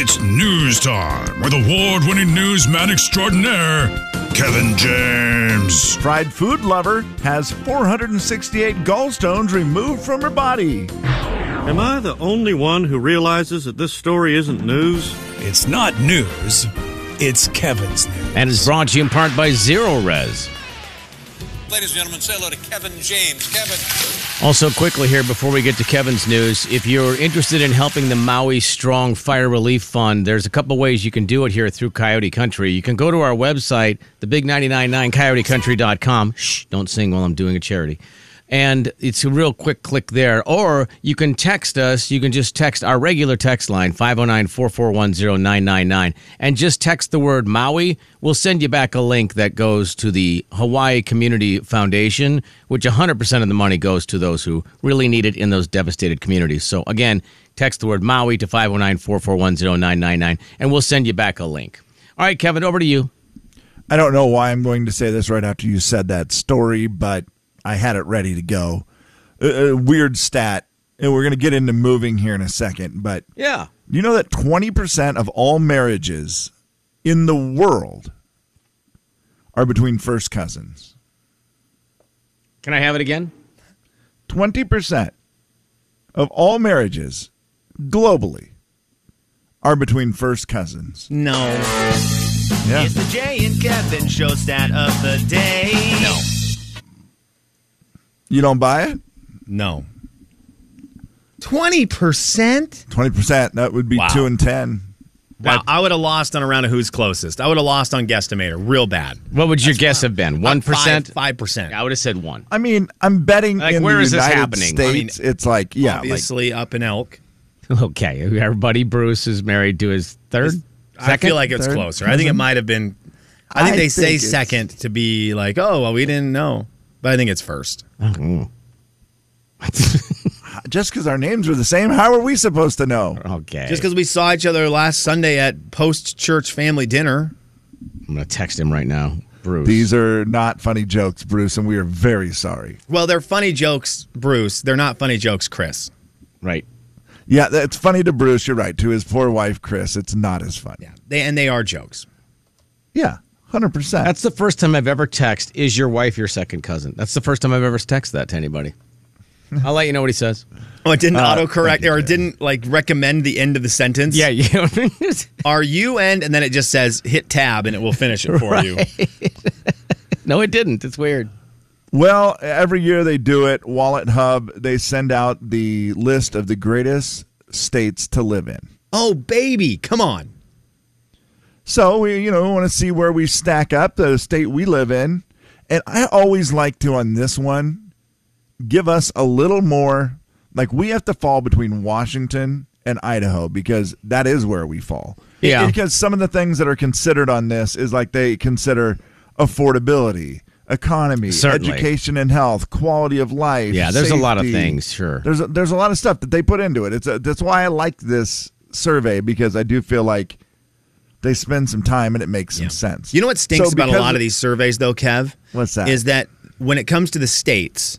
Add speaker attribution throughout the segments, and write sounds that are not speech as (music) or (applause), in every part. Speaker 1: It's news time with award winning newsman extraordinaire, Kevin James.
Speaker 2: Fried food lover has 468 gallstones removed from her body.
Speaker 3: Am I the only one who realizes that this story isn't news?
Speaker 4: It's not news, it's Kevin's news.
Speaker 5: And it's brought to you in part by Zero Res.
Speaker 6: Ladies and gentlemen, say hello to Kevin James. Kevin.
Speaker 5: Also, quickly here before we get to Kevin's news, if you're interested in helping the Maui Strong Fire Relief Fund, there's a couple ways you can do it here through Coyote Country. You can go to our website, thebig999coyotecountry.com. Shh, don't sing while I'm doing a charity. And it's a real quick click there. Or you can text us. You can just text our regular text line, 509 441 999, and just text the word Maui. We'll send you back a link that goes to the Hawaii Community Foundation, which 100% of the money goes to those who really need it in those devastated communities. So again, text the word Maui to 509 441 999, and we'll send you back a link. All right, Kevin, over to you.
Speaker 2: I don't know why I'm going to say this right after you said that story, but I had it ready to go. A, a weird stat, and we're going to get into moving here in a second, but
Speaker 5: Yeah.
Speaker 2: you know that 20% of all marriages in the world are between first cousins.
Speaker 5: Can I have it again?
Speaker 2: 20% of all marriages globally are between first cousins.
Speaker 7: No.
Speaker 2: Yeah.
Speaker 7: It's the Jay and Kevin show stat of the day. No.
Speaker 2: You don't buy it?
Speaker 7: No. 20%?
Speaker 2: 20%, that would be
Speaker 7: Wow.
Speaker 2: 2 and 10.
Speaker 7: Wow, I would have lost on a round of who's closest. I would have lost on guesstimator real bad.
Speaker 5: What would your guess have been? 1%?
Speaker 7: 5%.
Speaker 5: I would have said one.
Speaker 2: I mean, I'm betting
Speaker 5: Like,
Speaker 2: in
Speaker 5: where
Speaker 2: the
Speaker 5: is this
Speaker 2: United
Speaker 5: happening? I mean,
Speaker 2: States, it's like, yeah, like
Speaker 7: Obviously up in Elk.
Speaker 5: Okay, our buddy Bruce is married to his third.
Speaker 7: I
Speaker 5: second?
Speaker 7: feel like it's
Speaker 2: Third Mm-hmm.
Speaker 7: closer. I think it might have been I think
Speaker 2: I
Speaker 7: they
Speaker 2: think
Speaker 7: say
Speaker 2: it's-
Speaker 7: second to be like, "Oh, well we didn't know." But I think it's first.
Speaker 2: just because our names are the same, how are we supposed to know?
Speaker 5: (laughs) okay.
Speaker 7: Just cuz we saw each other last Sunday at post-church family dinner.
Speaker 5: I'm gonna text him right now, Bruce.
Speaker 2: These are not funny jokes, Bruce, and we are very sorry.
Speaker 7: Well, they're funny jokes, Bruce. They're not funny jokes, Chris.
Speaker 5: right.
Speaker 2: Yeah, it's funny to Bruce. You're right. To his poor wife, Chris, it's not as funny.
Speaker 7: Yeah. They and they are jokes. (laughs)
Speaker 2: Yeah, hundred percent.
Speaker 5: That's the first time I've ever text. Is your wife your second cousin? That's the first time I've ever texted that
Speaker 2: (laughs)
Speaker 5: to anybody. I'll let you know what he says.
Speaker 7: Oh, it didn't autocorrect or it didn't like recommend the end of the sentence.
Speaker 5: Yeah, you.
Speaker 7: Are you end and then it just says hit tab and it will finish it for you.
Speaker 5: (laughs) no, it didn't. It's weird.
Speaker 2: well, every year they do it. Wallet Hub they send out the list of the greatest states to live in.
Speaker 7: Oh baby, come on.
Speaker 2: So we, you know, want to see where we stack up the state we live in, and I always like to on this one give us a little more. Like we have to fall between Washington and Idaho because that is where we fall.
Speaker 5: Yeah.
Speaker 2: Because some of the things that are considered on this is like they consider affordability, economy,
Speaker 5: Certainly.
Speaker 2: education and health, quality of life.
Speaker 5: Yeah, there's a lot of
Speaker 2: safety.
Speaker 5: things, sure.
Speaker 2: There's a, there's a lot of stuff that they put into it. It's a, that's why I like this survey because I do feel like they spend some time and it makes some sense.
Speaker 7: You know what stinks
Speaker 2: So
Speaker 7: about a
Speaker 2: because-
Speaker 7: lot of these surveys, though, Kev?
Speaker 2: What's that?
Speaker 7: Is that when it comes to the states,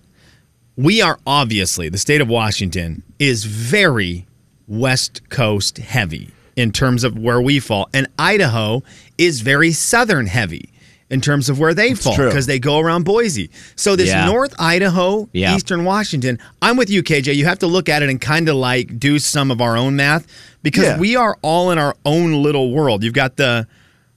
Speaker 7: we are obviously, the state of Washington is very West Coast heavy in terms of where we fall. And Idaho is very Southern heavy in terms of where they fall
Speaker 2: true.
Speaker 7: because they go around Boise. So this
Speaker 5: Yeah.
Speaker 7: North Idaho,
Speaker 5: Yeah.
Speaker 7: Eastern Washington, I'm with you, KJ. You have to look at it and kind of like do some of our own math because
Speaker 2: Yeah.
Speaker 7: we are all in our own little world. You've got the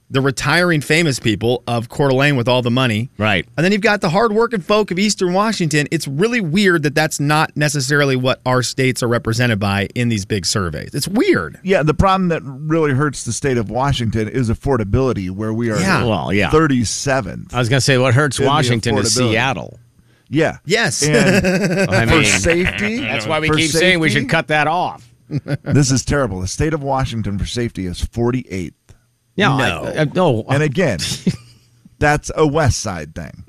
Speaker 7: the retiring famous people of Coeur d'Alene with all the money.
Speaker 5: Right.
Speaker 7: And then you've got the hardworking folk of Eastern Washington. It's really weird that that's not necessarily what our states are represented by in these big surveys. It's weird.
Speaker 2: Yeah, the problem that really hurts the state of Washington is affordability, where we are
Speaker 7: Yeah.
Speaker 5: Well, yeah. Uh,
Speaker 2: 37th.
Speaker 5: I was gonna say what hurts
Speaker 2: It'd be
Speaker 5: Washington is
Speaker 2: affordability. (laughs)
Speaker 5: Seattle.
Speaker 2: yeah.
Speaker 7: Yes.
Speaker 5: (laughs)
Speaker 2: And
Speaker 5: I
Speaker 2: for
Speaker 5: mean,
Speaker 2: safety.
Speaker 5: (laughs) that's why we
Speaker 2: for
Speaker 5: keep saying we
Speaker 2: safety-
Speaker 5: should cut that off.
Speaker 2: (laughs) This is terrible. The state of Washington for safety is 48th.
Speaker 5: Yeah, I-
Speaker 7: No.
Speaker 5: I- no.
Speaker 2: And
Speaker 5: (laughs)
Speaker 2: again, that's a West Side thing.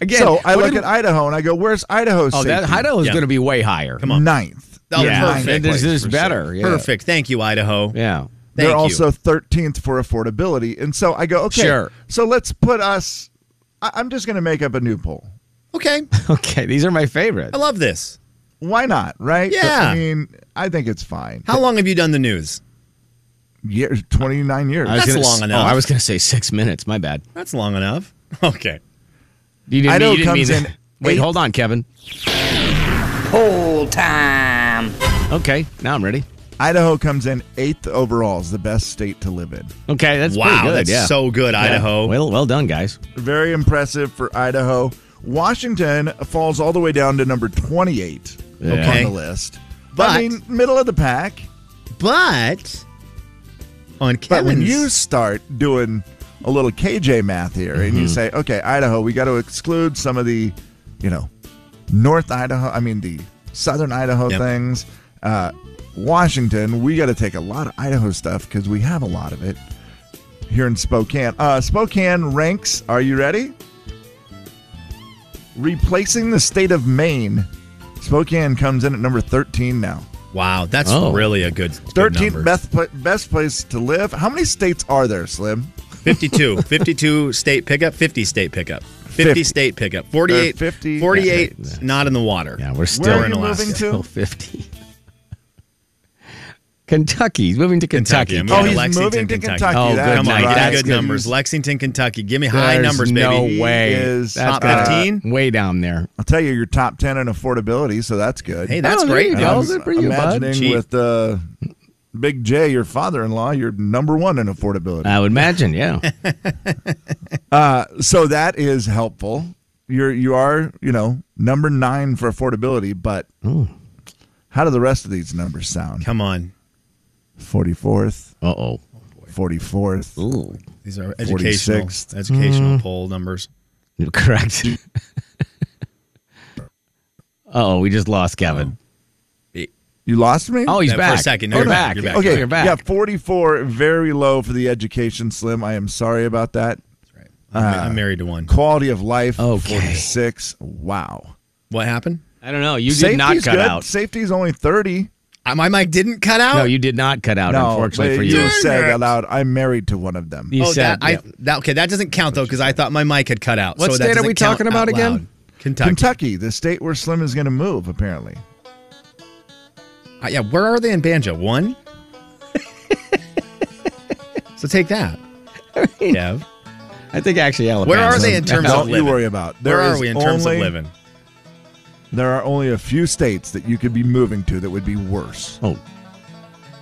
Speaker 5: again,
Speaker 2: so I
Speaker 5: what
Speaker 2: look
Speaker 5: did-
Speaker 2: at Idaho and I go, where's Idaho's
Speaker 5: Oh, that
Speaker 2: safety?
Speaker 5: Idaho is
Speaker 7: Yeah.
Speaker 5: going to be way higher. Come
Speaker 2: Ninth.
Speaker 7: Oh,
Speaker 5: yeah,
Speaker 7: perfect.
Speaker 5: There's, there's
Speaker 2: place for
Speaker 5: better. Yeah.
Speaker 7: Perfect. Thank you, Idaho.
Speaker 5: Yeah. (laughs)
Speaker 7: Thank
Speaker 2: They're
Speaker 7: you.
Speaker 2: also 13th for affordability. And so I go, okay,
Speaker 5: Sure.
Speaker 2: so let's put us. I, I'm just going to make up a new poll.
Speaker 7: Okay.
Speaker 5: Okay, these are my favorite.
Speaker 7: I love this.
Speaker 2: Why not? Right?
Speaker 7: Yeah.
Speaker 2: I mean, I think it's fine.
Speaker 7: How long have you done the news?
Speaker 2: years, 29 years.
Speaker 5: I was
Speaker 7: That's
Speaker 5: gonna
Speaker 7: long
Speaker 5: s-
Speaker 7: enough.
Speaker 5: Oh, I was going to say six minutes. My bad.
Speaker 7: That's long enough. (laughs) Okay.
Speaker 5: You didn't,
Speaker 2: I know
Speaker 5: mean-
Speaker 2: it
Speaker 5: you didn't
Speaker 2: comes
Speaker 5: mean
Speaker 2: in
Speaker 5: Wait,
Speaker 2: eight-
Speaker 5: hold on, Kevin.
Speaker 8: Poll time.
Speaker 5: Okay, now I'm ready.
Speaker 2: (laughs) Idaho comes in eighth overall as the best state to live in.
Speaker 5: Okay, that's pretty
Speaker 7: wow,
Speaker 5: good.
Speaker 7: that's
Speaker 5: yeah.
Speaker 7: so good,
Speaker 5: Yeah.
Speaker 7: Idaho.
Speaker 5: Well, well done, guys.
Speaker 2: Very impressive for Idaho. Washington falls all the way down to number 28 on
Speaker 7: Okay.
Speaker 2: the list. But,
Speaker 7: But-
Speaker 2: I mean, middle of the pack.
Speaker 7: But on
Speaker 2: But
Speaker 7: Kevin's
Speaker 2: when you start doing a little KJ math here and
Speaker 7: Mm-hmm.
Speaker 2: you say, okay, Idaho, we got to exclude some of the, you know, North Idaho, I mean, the Southern Idaho
Speaker 7: Yep.
Speaker 2: things, uh, Washington, we got to take a lot of Idaho stuff because we have a lot of it here in Spokane. Uh, Spokane ranks, are you ready? Replacing the state of Maine. Spokane comes in at number 13 now.
Speaker 7: Wow, that's
Speaker 5: Oh.
Speaker 7: really a good good
Speaker 2: 13th
Speaker 7: number.
Speaker 2: best, pla- best place to live. How many states are there, Slim?
Speaker 7: 52. (laughs) 52 state pickup, 50 state pickup. 50,
Speaker 2: 50.
Speaker 7: state pickup. 48
Speaker 2: Or 50.
Speaker 7: 48
Speaker 5: Yeah.
Speaker 7: not in the water.
Speaker 5: Yeah, we're
Speaker 2: Where
Speaker 5: still
Speaker 2: are
Speaker 7: in
Speaker 2: you
Speaker 7: Alaska.
Speaker 2: moving
Speaker 5: still
Speaker 2: to?
Speaker 5: 50. (laughs) Kentucky. He's moving to Kentucky.
Speaker 7: Kentucky. I'm
Speaker 2: Oh, he's
Speaker 7: moving to Lexington,
Speaker 2: moving to
Speaker 7: Kentucky.
Speaker 2: Kentucky.
Speaker 5: Oh,
Speaker 2: That's
Speaker 7: Come on,
Speaker 5: Nice.
Speaker 7: get
Speaker 5: That's
Speaker 7: good,
Speaker 5: good.
Speaker 7: numbers. Lexington, Kentucky. Give me high
Speaker 5: There's
Speaker 7: numbers,
Speaker 5: no
Speaker 7: baby.
Speaker 5: way.
Speaker 2: He is
Speaker 5: That's
Speaker 7: top
Speaker 5: gotta-
Speaker 7: 15?
Speaker 5: Way down there.
Speaker 2: I'll tell you, you're top ten in affordability, so that's good.
Speaker 7: Hey, that's
Speaker 5: Oh, there
Speaker 7: great.
Speaker 5: you go.
Speaker 7: though.
Speaker 5: good for you, bud.
Speaker 2: imagining
Speaker 7: Cheap.
Speaker 2: with uh, Big J, your father-in-law, you're number one in affordability.
Speaker 5: I would imagine,
Speaker 7: (laughs)
Speaker 5: yeah.
Speaker 2: so that is helpful. You're you are you know number nine for affordability, but how do the rest of these numbers sound?
Speaker 7: Come on.
Speaker 2: Forty fourth,
Speaker 5: Uh oh.
Speaker 2: forty fourth.
Speaker 5: Ooh. (laughs)
Speaker 7: These are educational
Speaker 2: 46th.
Speaker 7: educational
Speaker 5: Mm.
Speaker 7: poll numbers.
Speaker 5: You're Correct. (laughs) oh, we just lost Kevin.
Speaker 2: You lost me.
Speaker 5: Oh, he's
Speaker 7: Yeah, for a
Speaker 5: back.
Speaker 7: second. No,
Speaker 5: You're
Speaker 7: you're
Speaker 5: back.
Speaker 7: back. You're back.
Speaker 5: Okay,
Speaker 2: okay,
Speaker 5: you're back.
Speaker 2: yeah, forty four, very low for the education, Slim. I am sorry about that.
Speaker 7: Right. I'm
Speaker 2: Ah.
Speaker 7: I'm married to one.
Speaker 2: Quality of life,
Speaker 5: Okay.
Speaker 2: forty six. Wow.
Speaker 7: What happened?
Speaker 5: I don't know. You did not cut
Speaker 2: good.
Speaker 5: out.
Speaker 2: Safety's only thirty.
Speaker 7: Uh, My mic didn't cut out.
Speaker 5: No, you did not cut out, unfortunately
Speaker 2: but
Speaker 5: for you.
Speaker 2: said
Speaker 7: Darn it.
Speaker 2: out loud, I'm married to one of them.
Speaker 5: You
Speaker 7: oh,
Speaker 5: said
Speaker 7: that, I,
Speaker 5: yeah.
Speaker 7: that okay. That doesn't count though because I thought my mic had cut out.
Speaker 5: What
Speaker 7: so that
Speaker 5: state are
Speaker 7: doesn't
Speaker 5: we
Speaker 7: count
Speaker 5: talking about
Speaker 7: out
Speaker 5: again?
Speaker 7: loud. Kentucky.
Speaker 2: Kentucky, the state where Slim is going to move, apparently.
Speaker 7: Uh, yeah, where are they in
Speaker 5: (laughs)
Speaker 7: banjo? One. so take that, Dev.
Speaker 5: I think actually Alabama.
Speaker 7: Where are they in terms of
Speaker 2: Don't you
Speaker 7: living?
Speaker 2: worry about.
Speaker 7: Where
Speaker 2: There
Speaker 7: are
Speaker 2: is
Speaker 7: we in terms
Speaker 2: only-
Speaker 7: of living?
Speaker 2: There are only a few states that you could be moving to that would be worse.
Speaker 5: Oh,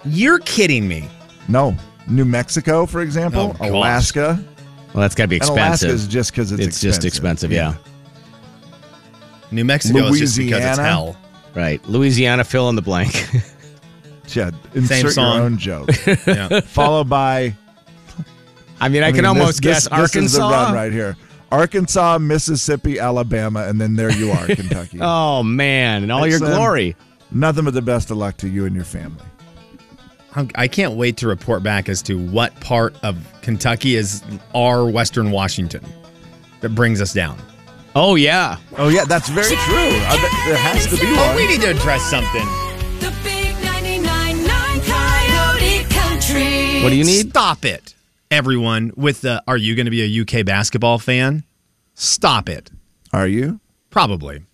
Speaker 7: You're kidding me.
Speaker 2: No, New Mexico, for example,
Speaker 7: Oh, gosh.
Speaker 2: Alaska,
Speaker 5: well, that's got to be
Speaker 2: and Alaska
Speaker 5: expensive.
Speaker 2: is just because it's,
Speaker 5: it's just expensive, yeah.
Speaker 7: New Mexico is just because it's
Speaker 2: Louisiana?
Speaker 7: hell.
Speaker 5: Right. Louisiana, fill in the blank. (laughs)
Speaker 2: Chad, insert
Speaker 7: song.
Speaker 2: your own joke,
Speaker 7: Yeah.
Speaker 2: followed by.
Speaker 5: I mean, I,
Speaker 2: mean,
Speaker 5: can
Speaker 2: this,
Speaker 5: almost guess
Speaker 2: this,
Speaker 5: Arkansas.
Speaker 2: This is the run right here. Arkansas, Mississippi, Alabama, and then there you are, (laughs) Kentucky.
Speaker 5: Oh man, and all
Speaker 2: Thanks,
Speaker 5: your
Speaker 2: Sam.
Speaker 5: glory.
Speaker 2: um, Nothing but the best of luck to you and your family.
Speaker 7: I'm- I can't wait to report back as to what part of Kentucky is our Western Washington that brings us down.
Speaker 5: Oh yeah.
Speaker 2: Oh yeah, that's very true. I bet there has to be
Speaker 7: Oh, we
Speaker 2: one.
Speaker 7: need to address something.
Speaker 9: The big 99.9 Coyote Country.
Speaker 5: What do you need?
Speaker 7: Stop it, everyone. With the Are you going to be a UK basketball fan? Stop it.
Speaker 2: Are you?
Speaker 7: Probably.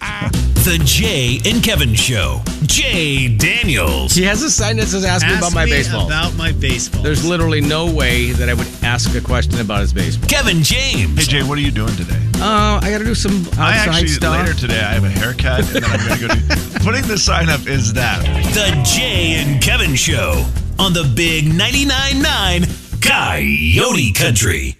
Speaker 4: The Jay and Kevin Show. Jay Daniels.
Speaker 5: She has a sign that says "Ask, me about my baseball."
Speaker 7: About my baseball.
Speaker 5: There's literally no way that I would ask a question about his baseball.
Speaker 4: Kevin James.
Speaker 10: Hey Jay, what are you doing today?
Speaker 5: Uh, I got to do some outside
Speaker 10: I actually
Speaker 5: stuff.
Speaker 10: later today I have a haircut and then I'm gonna go (laughs) do putting the sign up is that.
Speaker 4: The Jay and Kevin Show on the Big 99.9 9 Coyote Country.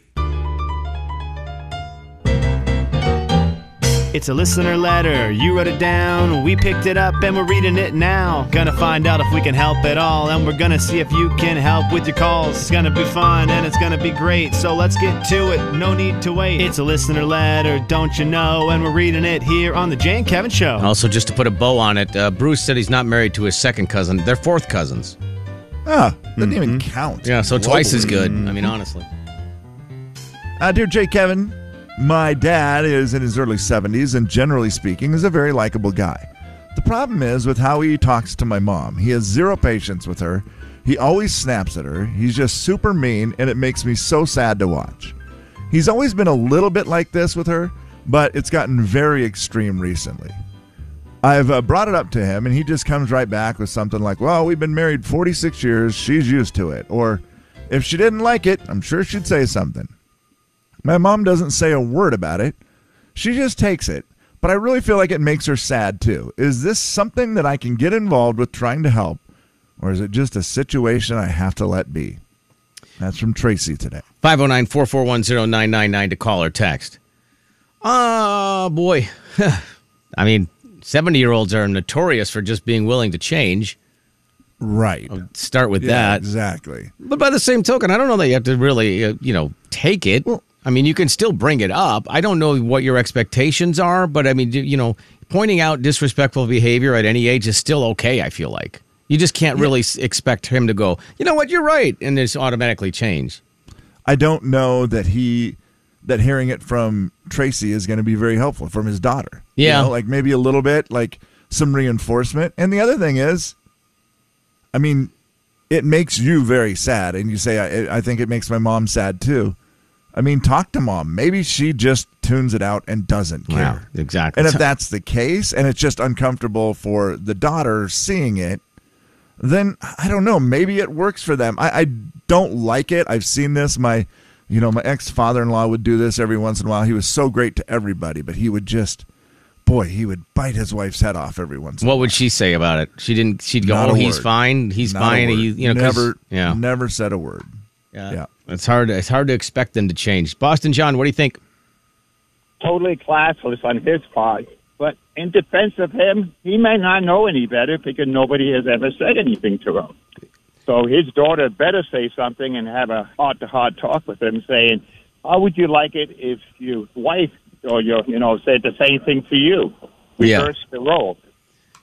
Speaker 11: It's a listener letter. You wrote it down. We picked it up and we're reading it now. Gonna find out if we can help at all. And we're gonna see if you can help with your calls. It's gonna be fun and it's gonna be great. So let's get to it. No need to wait. It's a listener letter, don't you know? And we're reading it here on the Jane Kevin Show.
Speaker 5: Also, just to put a bow on it, uh, Bruce said he's not married to his second cousin. They're fourth cousins.
Speaker 2: Ah, doesn't even count.
Speaker 5: Mm-hmm. Yeah, so twice as
Speaker 2: Globally.
Speaker 5: good. I mean, honestly.
Speaker 2: Uh, dear Jay Kevin, my dad is in his early 70s and generally speaking is a very likable guy. The problem is with how he talks to my mom. He has zero patience with her. He always snaps at her. He's just super mean and it makes me so sad to watch. He's always been a little bit like this with her, but it's gotten very extreme recently. I've uh, brought it up to him, and he just comes right back with something like, Well, we've been married 46 years. She's used to it. Or if she didn't like it, I'm sure she'd say something. My mom doesn't say a word about it, she just takes it. But I really feel like it makes her sad too. Is this something that I can get involved with trying to help, or is it just a situation I have to let be? That's from Tracy today.
Speaker 5: 509 441 999 to call or text. Oh, boy. (laughs) I mean, 70 year olds are notorious for just being willing to change.
Speaker 2: Right.
Speaker 5: start with
Speaker 2: Yeah,
Speaker 5: Oh, that.
Speaker 2: Exactly.
Speaker 5: But by the same token, I don't know that you have to really, uh, you know, take it. I mean, you can still bring it up. I don't know what your expectations are, but I mean, do- you know, pointing out disrespectful behavior at any age is still okay, I feel like. You just can't really s expect him to go, you know what, you're right, and just automatically change.
Speaker 2: I don't know that he that hearing it from Tracy is going to be very helpful from his daughter. You
Speaker 5: Yeah.
Speaker 2: know, like maybe a little bit, like some reinforcement. And the other thing is, I mean, it makes you very sad, and you say, I, I think it makes my mom sad too. I mean, talk to mom. Maybe she just tunes it out and doesn't care.
Speaker 5: Yeah, exactly.
Speaker 2: And if that's the case, and it's just uncomfortable for the daughter seeing it, then I don't know. Maybe it works for them. I, I don't like it. I've seen this. My, you know, my ex father in law would do this every once in a while. He was so great to everybody, but he would just, boy, he would bite his wife's head off every once.
Speaker 5: What would she say about it? She didn't. She'd go,
Speaker 2: Not a
Speaker 5: "Oh, he's
Speaker 2: word.
Speaker 5: fine. He's
Speaker 2: Not a
Speaker 5: fine."
Speaker 2: word.
Speaker 5: He, you know, 'cause-
Speaker 2: never,
Speaker 5: Yeah,
Speaker 2: never said a word.
Speaker 5: yeah,
Speaker 2: yeah.
Speaker 5: It's hard. It's hard to expect them to change. Boston John, what do you think?
Speaker 12: totally classless on his part. But in defense of him, he may not know any better because nobody has ever said anything to him. So his daughter better say something and have a heart to heart talk with him saying, How would you like it if your wife or your you know said the same thing to you?
Speaker 5: Yeah.
Speaker 12: Reverse the role.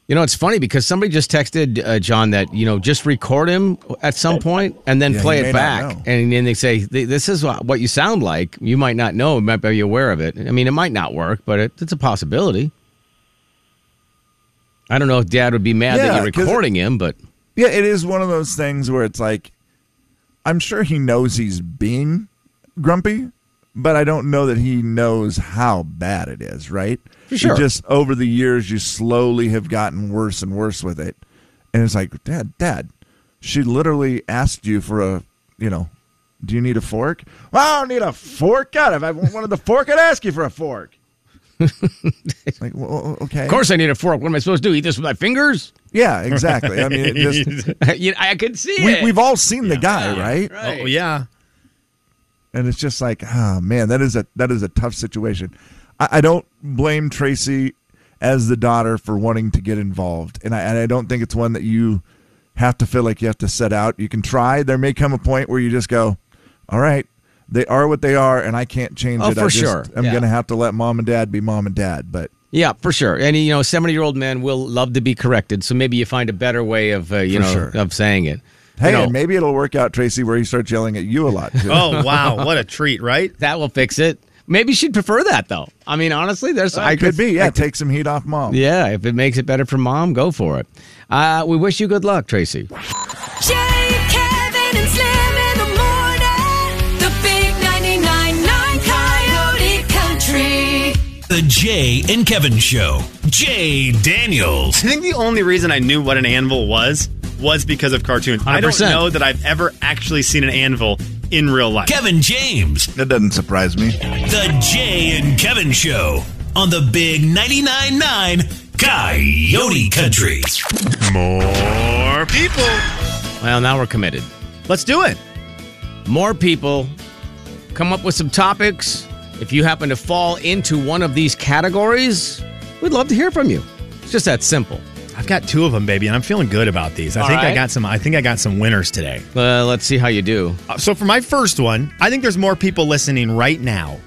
Speaker 5: You know, it's funny because somebody just texted uh, John that you know just record him at some point and then
Speaker 2: Yeah,
Speaker 5: play
Speaker 2: he may
Speaker 5: it
Speaker 2: not
Speaker 5: back,
Speaker 2: know.
Speaker 5: and then they say "Th- this is wha- what you sound like. You might not know, you might be aware of it. I mean, it might not work, but it, it's a possibility. I don't know if Dad would be mad that
Speaker 2: Yeah,
Speaker 5: you're
Speaker 2: 'cause it-
Speaker 5: recording him, but
Speaker 2: Yeah, it is one of those things where it's like, I'm sure he knows he's being grumpy, but I don't know that he knows how bad it is, right?
Speaker 5: For sure.
Speaker 2: You just over the years, you slowly have gotten worse and worse with it. And it's like, Dad, Dad, she literally asked you for a, you know, do you need a fork? Well, I don't need a fork. God, if I wanted the fork, I'd ask you for a
Speaker 5: (laughs)
Speaker 2: fork. like, well, okay.
Speaker 5: of course I need a fork. What am I supposed to do? Eat this with my fingers?
Speaker 2: Yeah, exactly. I mean, it
Speaker 5: (laughs)
Speaker 2: just.
Speaker 5: You- I could see
Speaker 2: we,
Speaker 5: it.
Speaker 2: We've all seen the guy, right?
Speaker 7: Oh yeah.
Speaker 2: And it's just like, oh man, that is a that is a tough situation. I, I don't blame Tracy as the daughter for wanting to get involved, and I and I don't think it's one that you have to feel like you have to set out. You can try. There may come a point where you just go, all right, they are what they are, and I can't change
Speaker 5: Oh,
Speaker 2: it. I
Speaker 5: for
Speaker 2: just-
Speaker 5: sure.
Speaker 2: I'm
Speaker 5: Yeah.
Speaker 2: gonna have to let mom and dad be mom and dad, but.
Speaker 5: Yeah, for sure. And you know, seventy-year-old men will love to be corrected, so maybe you find a better way of uh, you
Speaker 2: For
Speaker 5: know
Speaker 2: sure.
Speaker 5: of saying it.
Speaker 2: Hey,
Speaker 5: you know,
Speaker 2: and maybe it'll work out, Tracy, where he starts yelling at you a lot. Too.
Speaker 7: (laughs) (laughs) Oh wow, what a treat, right?
Speaker 5: that will fix it. Maybe she'd prefer that though. I mean, honestly, there's
Speaker 2: I could be. Yeah, take some heat off mom.
Speaker 5: yeah. If it makes it better for mom, go for it. Uh, we wish you good luck, Tracy.
Speaker 9: Jay, Kevin, and Slim in the morning. The big 99.9 Coyote Country.
Speaker 4: The Jay and Kevin Show. Jay Daniels.
Speaker 7: I think the only reason I knew what an anvil was was because of cartoons. I don't
Speaker 4: 100%.
Speaker 7: know that I've ever actually seen an anvil in real life.
Speaker 4: Kevin James.
Speaker 2: That doesn't surprise me.
Speaker 4: The Jay and Kevin Show on the Big 99.9 9 Coyote Country.
Speaker 7: More people.
Speaker 5: Well, now we're committed.
Speaker 7: Let's do it.
Speaker 5: More people come up with some topics. If you happen to fall into one of these categories, we'd love to hear from you. It's just that simple.
Speaker 7: I've got two of them, baby, and I'm feeling good about these. I
Speaker 5: All
Speaker 7: think I
Speaker 5: right.
Speaker 7: got some. I think I got some winners today.
Speaker 5: Uh, let's see how you do.
Speaker 7: Uh, So for my first one, I think there's more people listening right now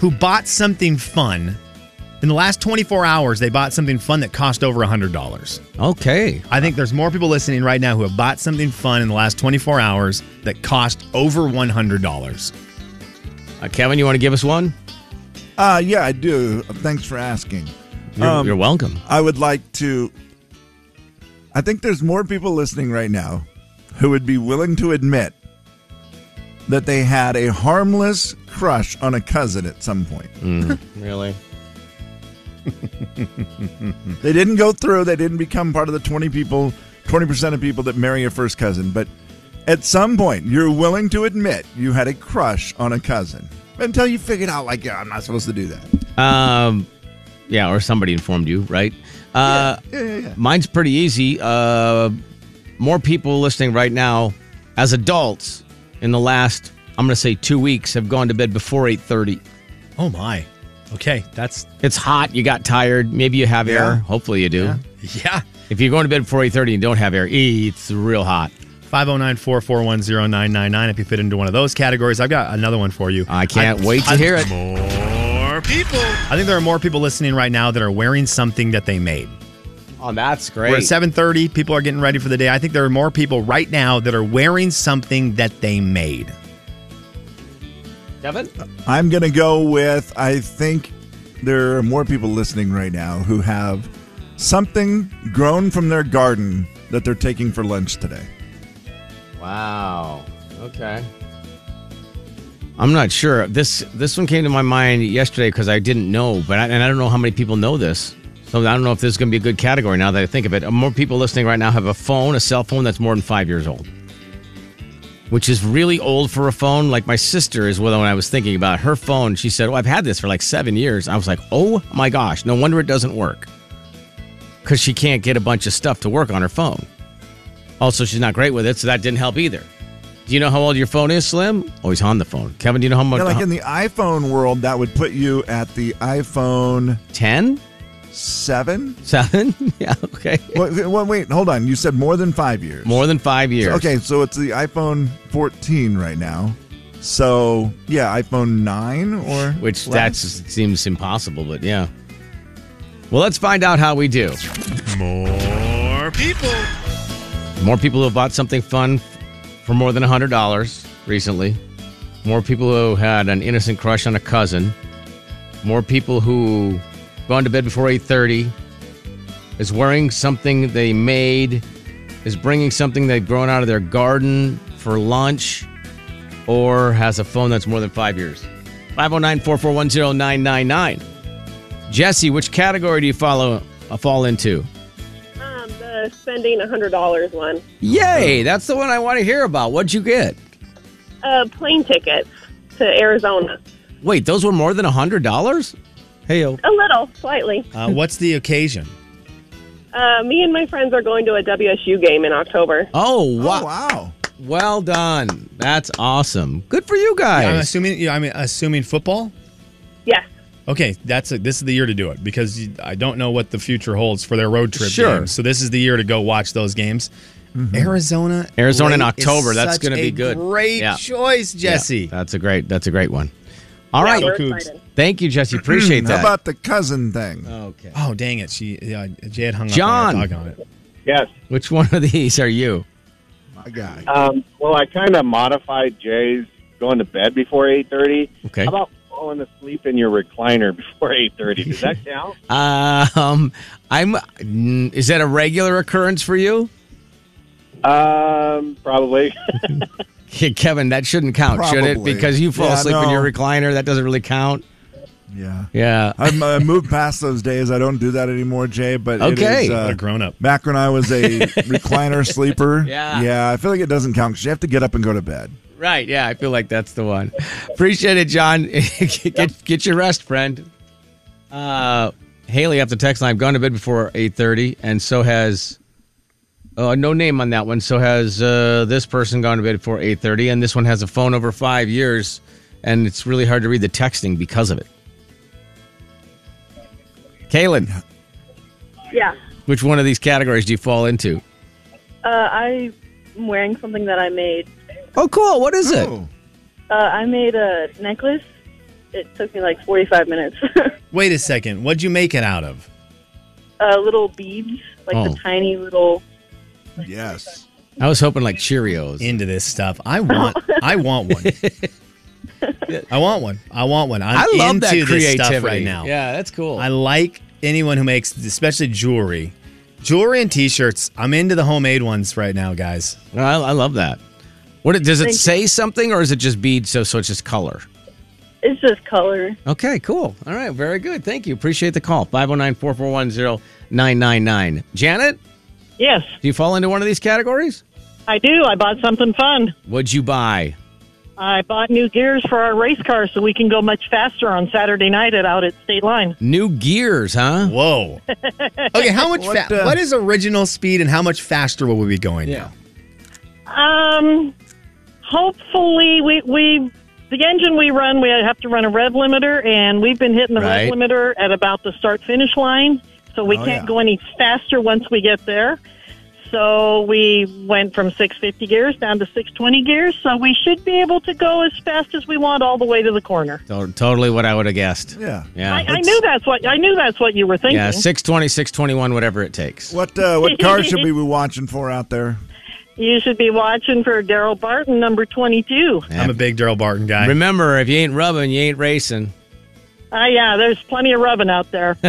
Speaker 7: who bought something fun in the last 24 hours. They bought something fun that cost over hundred dollars.
Speaker 5: Okay.
Speaker 7: I think there's more people listening right now who have bought something fun in the last 24 hours that cost over $100.
Speaker 5: Uh, Kevin, you want to give us one?
Speaker 2: Uh, yeah, I do. Thanks for asking.
Speaker 5: You're,
Speaker 2: Um,
Speaker 5: you're welcome.
Speaker 2: I would like to. I think there's more people listening right now who would be willing to admit that they had a harmless crush on a cousin at some point.
Speaker 5: Really?
Speaker 2: They didn't go through. They didn't become part of the 20 people, 20% of people that marry a first cousin. But at some point, you're willing to admit you had a crush on a cousin until you figured out, like, yeah, I'm not supposed to do that.
Speaker 5: Um, yeah, or somebody informed you, right? Uh,
Speaker 2: Yeah, yeah, yeah.
Speaker 5: Mine's pretty easy. Uh, more people listening right now, as adults, in the last I'm going to say two weeks, have gone to bed before 8:30.
Speaker 7: Oh my. Okay, that's (laughs)
Speaker 5: It's hot. You got tired. Maybe you have air. Hopefully you do.
Speaker 7: yeah.
Speaker 5: If you're going to bed before 8:30 and don't have air, it's real hot.
Speaker 7: 509-441-0999 if you fit into one of those categories. I've got another one for you. I
Speaker 5: can't wait to hear it.
Speaker 7: More people. I think there are more people listening right now that are wearing something that they made.
Speaker 5: Oh, that's great.
Speaker 7: We're at 7:30, people are getting ready for the day. I think there are more people right now that are wearing something that they made.
Speaker 5: Kevin?
Speaker 2: I'm going to go with I think there are more people listening right now who have something grown from their garden that they're taking for lunch today.
Speaker 5: Wow. Okay. I'm not sure. This this one came to my mind yesterday because I didn't know, but I, and I don't know how many people know this. So I don't know if this is going to be a good category now that I think of it. More people listening right now have a phone, a cell phone that's more than five years old, which is really old for a phone. Like my sister is with when I was thinking about her phone. She said, "Oh, I've had this for like seven years." I was like, "Oh my gosh, no wonder it doesn't work," because she can't get a bunch of stuff to work on her phone. Also, she's not great with it, so that didn't help either. Do you know how old your phone is, Slim? Always on the phone. Kevin, do you know how much?
Speaker 2: Yeah, like in the iPhone world, that would put you at the iPhone
Speaker 5: 10?
Speaker 2: 7?
Speaker 5: (laughs) Seven? (laughs) yeah, okay.
Speaker 2: Wait, wait, wait, hold on. You said more than five years.
Speaker 5: More than five years.
Speaker 2: Okay, so it's the iPhone 14 right now. So, yeah, iPhone 9 or.
Speaker 5: Which that
Speaker 2: less?
Speaker 5: seems impossible, but yeah. Well, let's find out how we do.
Speaker 7: More people.
Speaker 5: More people who have bought something fun for more than $100 recently. More people who had an innocent crush on a cousin. More people who gone to bed before 8:30 is wearing something they made, is bringing something they've grown out of their garden for lunch, or has a phone that's more than 5 years. 509-441-0999. Jesse, which category do you follow uh, fall into?
Speaker 13: Um, the spending $100 one.
Speaker 5: Yay, that's the one I want to hear about. What'd you get?
Speaker 13: Uh, plane tickets to Arizona.
Speaker 5: Wait, those were more than $100? Hey, yo.
Speaker 13: A little, slightly.
Speaker 7: Uh,
Speaker 5: Hmm.
Speaker 7: what's the occasion?
Speaker 13: Uh, me and my friends are going to a WSU game in October.
Speaker 5: Oh, wow. Well done. That's awesome. Good for you guys.
Speaker 7: I'm assuming yeah, I'm assuming football?
Speaker 13: Yes.
Speaker 7: Okay, that's a, this is the year to do it because you- I don't know what the future holds for their road trip.
Speaker 5: Sure. Mm-hmm.
Speaker 7: games. So this is the year to go watch those games. Arizona,
Speaker 5: Arizona in
Speaker 7: late is
Speaker 5: October. That's
Speaker 7: such
Speaker 5: going to be
Speaker 7: a
Speaker 5: good.
Speaker 7: Great
Speaker 5: Yeah.
Speaker 7: choice,
Speaker 5: Yeah.
Speaker 7: Jesse.
Speaker 5: That's a great. That's a great one. All
Speaker 7: Yeah,
Speaker 5: right,
Speaker 7: we're excited.
Speaker 5: thank you, (clears throat) Jesse. Appreciate
Speaker 2: How
Speaker 5: that.
Speaker 2: about the cousin thing?
Speaker 5: Okay.
Speaker 7: Oh dang it! She yeah, Jay had hung
Speaker 5: John.
Speaker 7: up on her dog on it.
Speaker 12: Yes.
Speaker 5: Which one of these are you?
Speaker 2: My guy.
Speaker 12: Um, well, I kind of modified Jay's going to bed before eight thirty.
Speaker 5: Okay.
Speaker 12: How about falling asleep in your recliner (laughs) before eight thirty? Does that count?
Speaker 5: Um, I'm. mm, Is that a regular occurrence for you,
Speaker 12: um, probably.
Speaker 5: Yeah, (laughs) Kevin? That shouldn't count, should it?
Speaker 2: Probably.
Speaker 5: Because you fall
Speaker 2: Yeah,
Speaker 5: asleep in
Speaker 2: no.
Speaker 5: your recliner. That doesn't really count.
Speaker 2: Yeah.
Speaker 5: Yeah.
Speaker 2: I'm, I moved past those days. I don't do that anymore, Jay. But it
Speaker 5: Okay.
Speaker 2: is,
Speaker 7: What a grown up.
Speaker 2: back when I was a
Speaker 5: (laughs)
Speaker 2: recliner sleeper.
Speaker 5: Yeah.
Speaker 2: Yeah, I feel like it doesn't count because you have to get up and go to bed.
Speaker 5: Right. Yeah. I feel like that's the one. Appreciate it, John. (laughs) get get your rest, friend. Uh, Haley up the text line. I've gone to bed before eight thirty, and so has. Oh, no name on that one. So has uh, this person gone to bed before eight thirty, and this one has a phone over five years, and it's really hard to read the texting because of it. Kaylin,
Speaker 13: Yeah.
Speaker 5: which one of these categories do you fall into?
Speaker 13: Uh, I'm wearing something that I made.
Speaker 5: Oh, cool. What is it?
Speaker 13: Uh, I made a necklace. It took me like 45 minutes. (laughs)
Speaker 7: Wait a second. What'd you make it out of?
Speaker 13: uh, little beads, like
Speaker 5: Oh.
Speaker 13: the tiny little.
Speaker 2: Yes.
Speaker 5: I was hoping like Cheerios.
Speaker 7: Into this stuff. I want. I want one. I want one. I want one. I'm
Speaker 5: I love
Speaker 7: into
Speaker 5: that
Speaker 7: this
Speaker 5: creativity
Speaker 7: stuff right now.
Speaker 5: Yeah, that's cool.
Speaker 7: I like anyone who makes, especially jewelry, jewelry and T-shirts. I'm into the homemade ones right now, guys.
Speaker 5: I, I love that. What it- does it
Speaker 13: Thank you.
Speaker 5: say something, or is it just beads? So so it's just color.
Speaker 13: It's just color.
Speaker 5: Okay, cool. All right, very good. Thank you. Appreciate the call. 509-441-0999. Janet,
Speaker 14: Yes,
Speaker 5: do you fall into one of these categories?
Speaker 14: I do. I bought something fun.
Speaker 5: What'd you buy?
Speaker 14: I bought new gears for our race car so we can go much faster on Saturday night at out at State Line.
Speaker 5: New gears, huh?
Speaker 7: Whoa. Okay, how much?
Speaker 14: What
Speaker 7: What,
Speaker 5: uh,
Speaker 14: the-
Speaker 7: what is original speed, and how much faster will we be going now?
Speaker 14: Um, hopefully we we the engine we run we have to run a rev limiter and we've been hitting the
Speaker 7: Right.
Speaker 14: rev limiter at about the start finish line, so we
Speaker 7: Oh,
Speaker 14: can't
Speaker 7: yeah.
Speaker 14: go any faster once we get there. So we went from 650 gears down to 620 gears, so we should be able to go as fast as we want all the way to the corner.
Speaker 5: To- Totally what I would have guessed.
Speaker 2: Yeah.
Speaker 5: Yeah.
Speaker 14: I, I knew that's what I knew that's what you were thinking.
Speaker 5: Yeah, 620, 621, whatever it takes.
Speaker 2: What uh, what car should we be watching for out there?
Speaker 14: You should be watching for Daryl Barton, number 22.
Speaker 7: I'm a big Daryl Barton guy.
Speaker 5: Remember, if you ain't rubbing, you ain't racing.
Speaker 14: Ah, yeah, there's plenty of rubbing out
Speaker 7: (laughs)
Speaker 14: there. (laughs)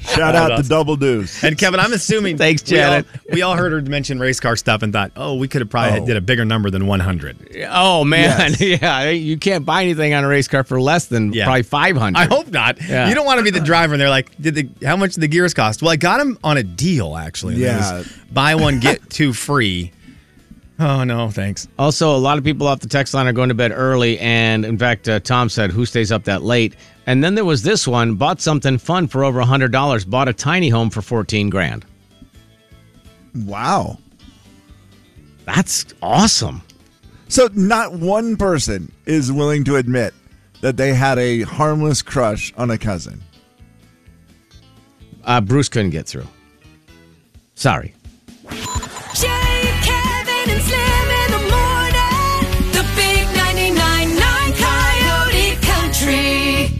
Speaker 2: Shout out to Double Deuce.
Speaker 7: And Kevin, I'm
Speaker 5: (laughs)
Speaker 7: assuming
Speaker 5: Thanks,
Speaker 7: we all-
Speaker 5: Janet.
Speaker 7: We all, heard her mention race car stuff and thought, oh, we could have probably did a bigger number than 100.
Speaker 5: Oh man, (laughs) yeah, you can't buy anything on a race car for less than probably five hundred.
Speaker 7: (laughs) I hope not.
Speaker 5: Yeah.
Speaker 7: You don't want to be the driver, and they're like, "Did the how much did the gears cost?" Well, I got them on a deal actually. and it
Speaker 5: Yeah.
Speaker 7: was buy one get (laughs) two free. Oh no, thanks.
Speaker 5: Also, a lot of people off the text line are going to bed early, and in fact, uh, Tom said, "Who stays up that late?" And then there was this one: bought something fun for over hundred dollars, bought a tiny home for fourteen grand.
Speaker 2: Wow.
Speaker 5: That's awesome.
Speaker 2: So not one person is willing to admit that they had a harmless crush on a cousin.
Speaker 5: Uh, Bruce couldn't get through. Sorry.
Speaker 9: Jay, Kevin, and Slim in the morning. The big 99.9 Coyote Country.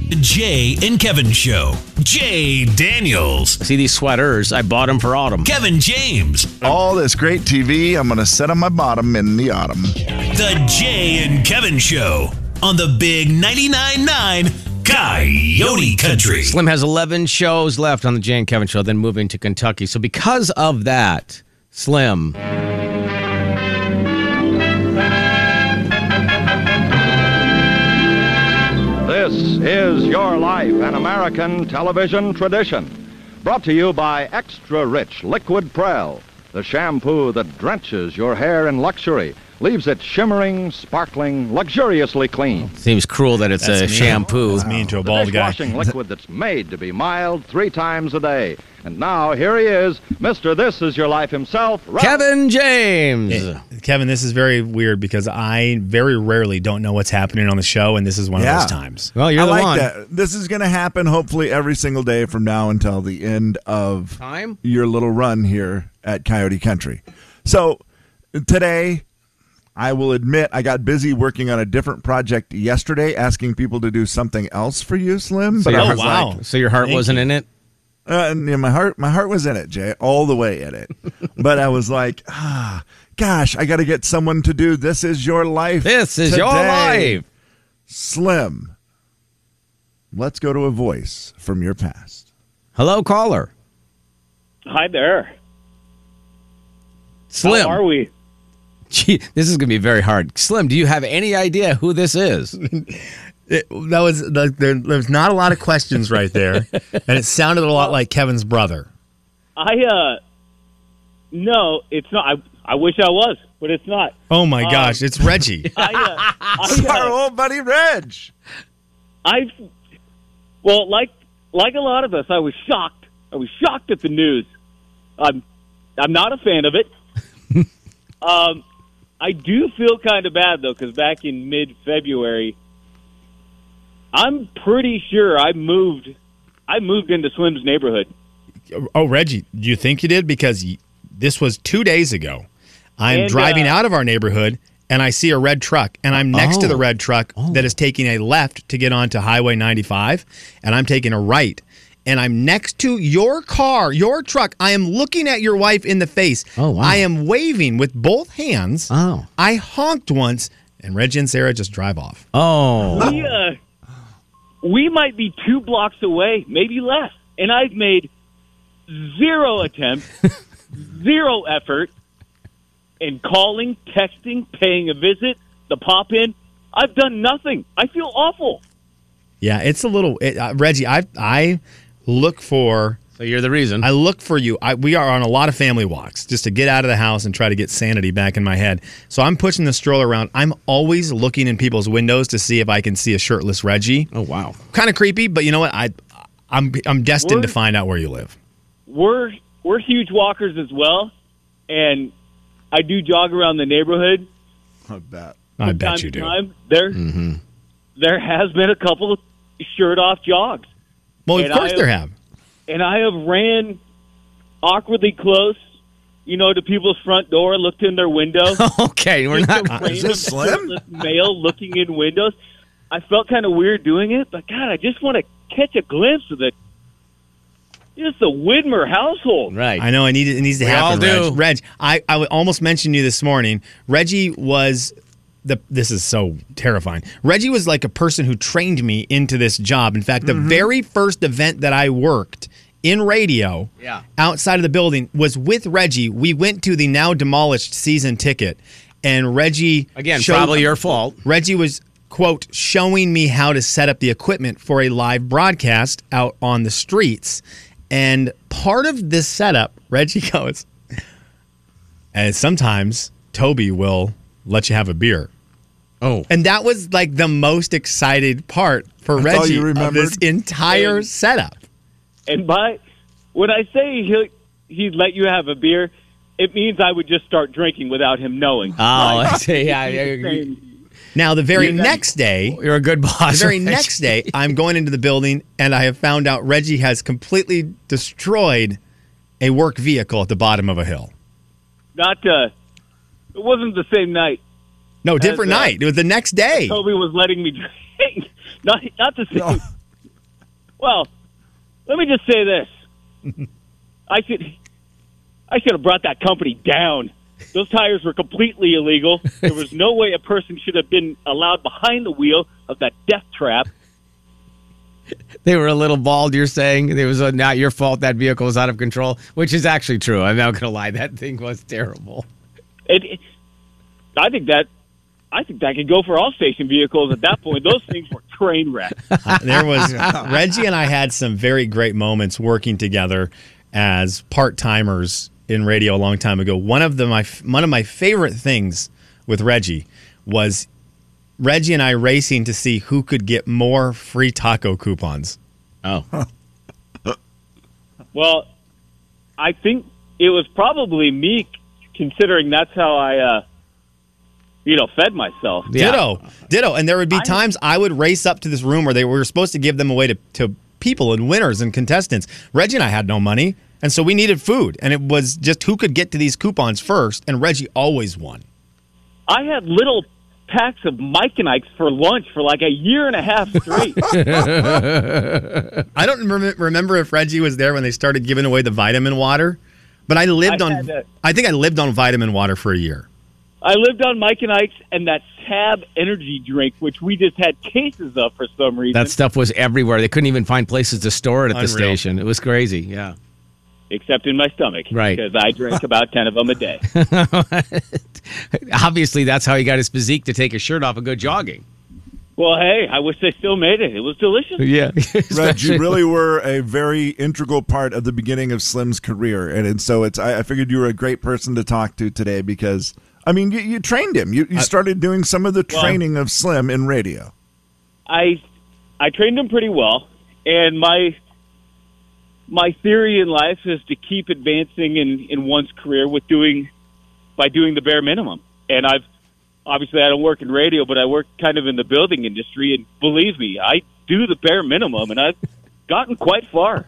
Speaker 4: The Jay and Kevin Show. Jay Daniels.
Speaker 5: See these sweaters? I bought them for autumn.
Speaker 4: Kevin James.
Speaker 2: All this great TV, I'm going to set on my bottom in the autumn.
Speaker 4: The Jay and Kevin Show on the Big 99.9 Coyote Country.
Speaker 5: Slim has 11 shows left on the Jay and Kevin show, then moving to Kentucky. So, because of that, Slim.
Speaker 15: (laughs) This is Your Life, an American television tradition. Brought to you by Extra Rich Liquid Prel, the shampoo that drenches your hair in luxury, leaves it shimmering, sparkling, luxuriously clean.
Speaker 5: Seems cruel that it's
Speaker 15: That's
Speaker 5: a
Speaker 15: mean.
Speaker 5: shampoo. It's
Speaker 7: mean to a
Speaker 15: the dishwashing liquid that's made to be mild three times a day. And now here he is, Mr. This Is Your Life himself, Ralph
Speaker 5: Kevin James.
Speaker 7: Kevin, this is very weird because I very rarely don't know what's happening on the show, and this is one of those times.
Speaker 2: I like that. This is going to happen hopefully every single day from now until the end of
Speaker 5: Time?
Speaker 2: your little run here at Coyote Country. So today, I will admit I got busy working on a different project yesterday, asking people to do something else for you, Slim.
Speaker 5: So your,
Speaker 2: I
Speaker 7: oh,
Speaker 5: heart-
Speaker 2: was like-
Speaker 5: so your heart wasn't in it?
Speaker 2: Uh, and, yeah, my heart, my heart was in it, Jay, all the way in
Speaker 5: (laughs)
Speaker 2: it. but I was like, ah, gosh, I got to get someone to do. This is your life.
Speaker 5: This is your
Speaker 2: today."
Speaker 5: life.
Speaker 2: Slim. Let's go to a voice from your past.
Speaker 5: Hello, caller.
Speaker 16: Hi there.
Speaker 5: Slim.
Speaker 16: How are we?
Speaker 5: (laughs) Gee, this is going to be very hard. Slim, do you have any idea who this
Speaker 7: (laughs)
Speaker 5: is?
Speaker 7: It- that was the, there, there's not a lot of questions right (laughs) there, and it sounded a lot like Kevin's brother.
Speaker 16: I uh no, it's not. I I wish I was, but it's not.
Speaker 7: Oh my
Speaker 16: Um,
Speaker 7: gosh, it's (laughs) Reggie.
Speaker 16: I, uh,
Speaker 2: (laughs)
Speaker 16: I,
Speaker 2: It's our old buddy Reg.
Speaker 16: I well, like like a lot of us, I was shocked. I was shocked at the news. I'm I'm not a fan of
Speaker 2: (laughs)
Speaker 16: it. um, I do feel kind of bad though, because back in mid February, I'm pretty sure I moved. I moved into Slim's neighborhood.
Speaker 7: Oh, Reggie, do you think you did? Because y- this was two days ago. I'm
Speaker 16: And,
Speaker 7: driving
Speaker 16: uh,
Speaker 7: out of our neighborhood and I see a red truck, and I'm next to the
Speaker 16: Oh.
Speaker 7: red truck that is taking a left to get onto Highway 95, and I'm taking a right. And I'm next to your car, your truck. I am looking at your wife in the face. Oh, wow. I am waving with both hands.
Speaker 5: Oh.
Speaker 7: I honked once, and Reggie and Sarah just drive off.
Speaker 5: Oh.
Speaker 16: We, uh, we might be two blocks away, maybe less. And I've made zero attempt, zero effort in calling, texting, paying a visit, the pop in. I've done nothing. I feel awful.
Speaker 7: Yeah, it's a little it, uh, Reggie. I I look for.
Speaker 5: So you're the reason.
Speaker 7: I look for you. I, we are on a lot of family walks just to get out of the house and try to get sanity back in my head. So I'm pushing the stroller around. I'm always looking in people's windows to see if I can see a shirtless Reggie.
Speaker 5: Oh wow, (laughs)
Speaker 7: kind of creepy, but you know what? I I'm I'm destined to
Speaker 16: Word.
Speaker 7: find out where you live.
Speaker 16: We're we're huge walkers as well, and I do jog around the neighborhood.
Speaker 2: I bet.
Speaker 7: I
Speaker 16: From
Speaker 7: bet
Speaker 16: time to
Speaker 7: you do. Mm-hmm.
Speaker 16: time, there there has been a couple of shirt off jogs.
Speaker 7: Well, of
Speaker 16: And
Speaker 7: course
Speaker 16: I-
Speaker 7: there have.
Speaker 16: and I have ran awkwardly close, you know, to people's front door, looked in their window.
Speaker 7: (laughs)
Speaker 5: okay, we're not. (laughs)
Speaker 16: Is this (laughs) Male looking in windows. I felt kind of weird doing it, but God, I just want to catch a glimpse of the just the Widmer household.
Speaker 5: Right.
Speaker 7: I know it needs it needs to
Speaker 16: We all
Speaker 7: happen.
Speaker 16: do.
Speaker 7: Reg, Reg I, I would almost mentioned you this morning. Reggie was the this is so terrifying. Reggie was like a person who trained me into this job. In fact, the
Speaker 5: Mm-hmm.
Speaker 7: very first event that I worked in radio
Speaker 5: Yeah.
Speaker 7: outside of the building was with Reggie. We went to the now demolished season ticket and Reggie
Speaker 5: Again, probably your fault.
Speaker 7: (laughs) Reggie was quote showing me how to set up the equipment for a live broadcast out on the streets. And part of this setup, Reggie (laughs) goes, and sometimes Toby will let you have a beer.
Speaker 5: Oh.
Speaker 7: And that was like the most excited part for
Speaker 16: That's all
Speaker 7: Reggie
Speaker 16: you
Speaker 7: of this
Speaker 16: remembered?
Speaker 7: entire
Speaker 16: Yeah.
Speaker 7: setup.
Speaker 16: And by when I say he'll, he'd let you have a beer, it means I would just start drinking without him knowing.
Speaker 5: Uh-huh.
Speaker 16: Oh,
Speaker 5: I (laughs) see.
Speaker 7: (laughs)
Speaker 5: Yeah, yeah, yeah.
Speaker 7: Now, the very
Speaker 5: Yeah.
Speaker 7: next day,
Speaker 5: you're a good boss.
Speaker 7: The very
Speaker 5: Reggie.
Speaker 7: next day, I'm going into the building and I have found out Reggie has completely destroyed a work vehicle at the bottom of a hill.
Speaker 16: Not uh, it wasn't the same night.
Speaker 7: No,
Speaker 16: As,
Speaker 7: different
Speaker 16: uh,
Speaker 7: night. It was the next day.
Speaker 16: Toby was letting me drink. (laughs) not, not the same. Well, let me just say this. I should, I should have brought that company down. Those tires were completely illegal. There was no way a person should have been allowed behind the wheel of that death trap.
Speaker 5: (laughs) They were a little bald. You're saying it was uh, not your fault. That vehicle was out of control, which is actually true. I'm not going to lie. That thing was terrible.
Speaker 16: It, it- I think that, I think that could go for all station vehicles at that point. Those things were train wrecks.
Speaker 7: there was Reggie and I had some very great moments working together as part timers in radio a long time ago. One of the my one of my favorite things with Reggie was Reggie and I racing to see who could get more free taco coupons.
Speaker 5: Oh,
Speaker 16: Well, I think it was probably me, considering that's how I, uh, you know, fed myself.
Speaker 7: Ditto, ditto. And there would be times I would race up to this room where they were supposed to give them away to, to people and winners and contestants. Reggie and I had no money, and so we needed food, and it was just who could get to these coupons first. And Reggie always won.
Speaker 16: I had little packs of Mike and Ike's for lunch for like a year and a half straight.
Speaker 7: I don't rem- remember if Reggie was there when they started giving away the vitamin water, but I lived
Speaker 16: I
Speaker 7: on.
Speaker 16: had that.
Speaker 7: I think I lived on vitamin water for a year.
Speaker 16: I lived on Mike and Ike's and that Tab energy drink, which we just had cases of for some reason,
Speaker 5: that stuff was everywhere. They couldn't even find places to store it at the
Speaker 16: Unreal.
Speaker 5: station. It was crazy. Yeah.
Speaker 16: except in my stomach.
Speaker 5: Right.
Speaker 16: Because I drank about 10 of them a
Speaker 5: (laughs)
Speaker 16: day.
Speaker 5: Obviously, that's how he got his physique to take his shirt off and go jogging.
Speaker 16: Well, hey, I wish they still made it. It was delicious.
Speaker 5: (laughs) Yeah.
Speaker 2: Reg, you really were a very integral part of the beginning of Slim's career, and, and so it's. I, I figured you were a great person to talk to today because I mean you, you trained him. You, you started doing some of the
Speaker 16: Well-
Speaker 2: training of Slim in radio.
Speaker 16: I I trained him pretty well, and my my theory in life is to keep advancing in in one's career with doing by doing the bare minimum. And I've obviously I don't work in radio, but I work kind of in the building industry, and believe me, I do the bare minimum, and I've gotten quite far.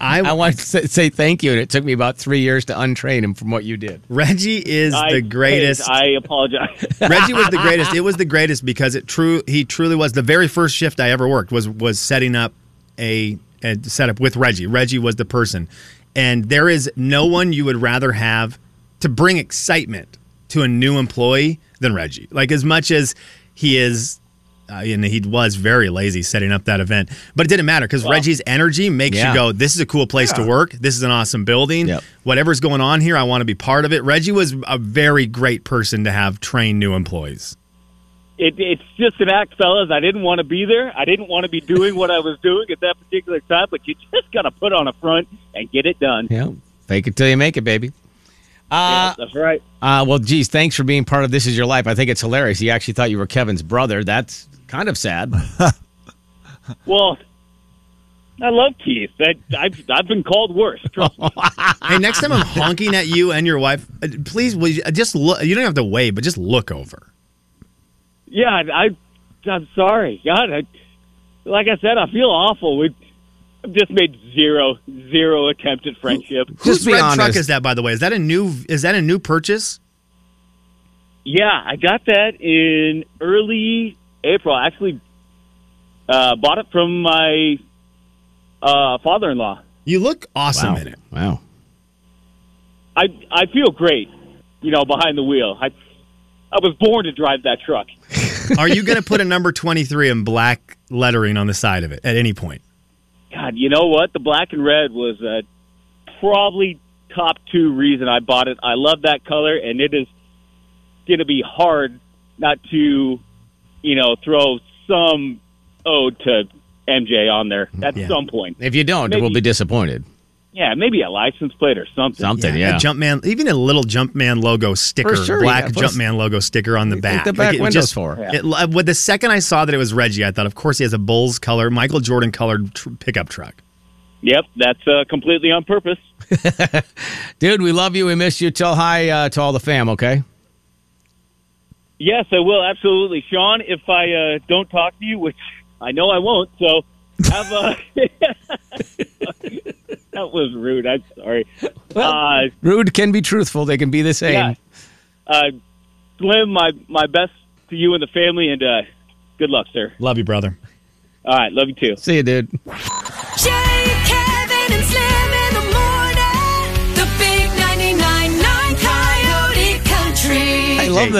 Speaker 5: I, wanted to say- say thank you, and it took me about three years to untrain him from what you did.
Speaker 7: Reggie is
Speaker 16: I-
Speaker 7: the greatest.
Speaker 16: I apologize.
Speaker 7: (laughs) Reggie was the greatest. It was the greatest because it true. He truly was the very first shift I ever worked was was setting up a, a setup with Reggie. Reggie was the person, and there is no one you would rather have to bring excitement to a new employee than Reggie. Like as much as he is. Uh, and he was very lazy setting up that event, but it didn't matter because Reggie's energy makes
Speaker 5: Yeah.
Speaker 7: you go, oh, "This is a cool place to work. This is an awesome building. Whatever's going on here, I want to be part of it." Reggie was a very great person to have train new employees.
Speaker 16: it, it's just an act, fellas. I didn't want to be there. I didn't want to be doing what I was doing at that particular time. But you just got to put on a front and get it done.
Speaker 5: Yeah. Fake it till you make it, baby.
Speaker 16: Yeah, that's right.
Speaker 5: Uh, well, geez, thanks for being part of This Is Your Life. I think it's hilarious. You actually thought you were Kevin's brother. That's kind of sad.
Speaker 16: Well, I love Keith. I, I've I've been called worse. (laughs) Trust me.
Speaker 7: hey, next time I'm honking at you and your wife, uh, please, will you, uh, just look. You don't have to wave, but just look over.
Speaker 16: Yeah, I, I I'm sorry. God, I, like I said, I feel awful. We I've just made zero zero attempt at friendship.
Speaker 7: Whose red truck is that, by the way? Is that a new? Is that a new purchase?
Speaker 16: Yeah, I got that in early April. I actually uh, bought it from my uh, father-in-law.
Speaker 7: You look awesome in it.
Speaker 5: Wow.
Speaker 16: I I feel great, you know, behind the wheel. I I was born to drive that truck.
Speaker 7: Are you going to put a number 23 in black lettering on the side of it at any point?
Speaker 16: God, you know what? The black and red was uh, probably top two reason I bought it. I love that color, and it is going to be hard not to, you know, throw some ode to MJ on there at some point.
Speaker 5: If you don't,
Speaker 16: Maybe-
Speaker 5: we'll be disappointed.
Speaker 16: Yeah, maybe a license plate or something.
Speaker 5: Something, yeah.
Speaker 7: A Jumpman, even a little Jumpman logo sticker,
Speaker 16: For sure,
Speaker 7: black
Speaker 16: yeah, put a-
Speaker 7: Jumpman logo sticker on the back.
Speaker 5: the back
Speaker 7: it
Speaker 5: window's for.
Speaker 7: It, uh, well, the second I saw that it was Reggie, I thought, of course, he has a Bulls color, Michael Jordan colored tr- pickup truck.
Speaker 16: Yep, that's uh, completely on purpose.
Speaker 5: Dude, we love you. We miss you. Tell hi uh, to all the fam, okay?
Speaker 16: Yes, I will absolutely, Sean. If I uh, don't talk to you, which I know I won't, so have a. (laughs) that was rude. I'm sorry. uh,
Speaker 5: Rude can be truthful. They can be the same.
Speaker 16: Yeah. uh, Slim, my my best to you and the family, and uh, good luck, sir.
Speaker 7: Love you, brother.
Speaker 16: All right, love you too.
Speaker 5: See you, dude.
Speaker 9: Jay, Kevin, and Slim in the morning. The big 99.9 Coyote Country.
Speaker 5: I love the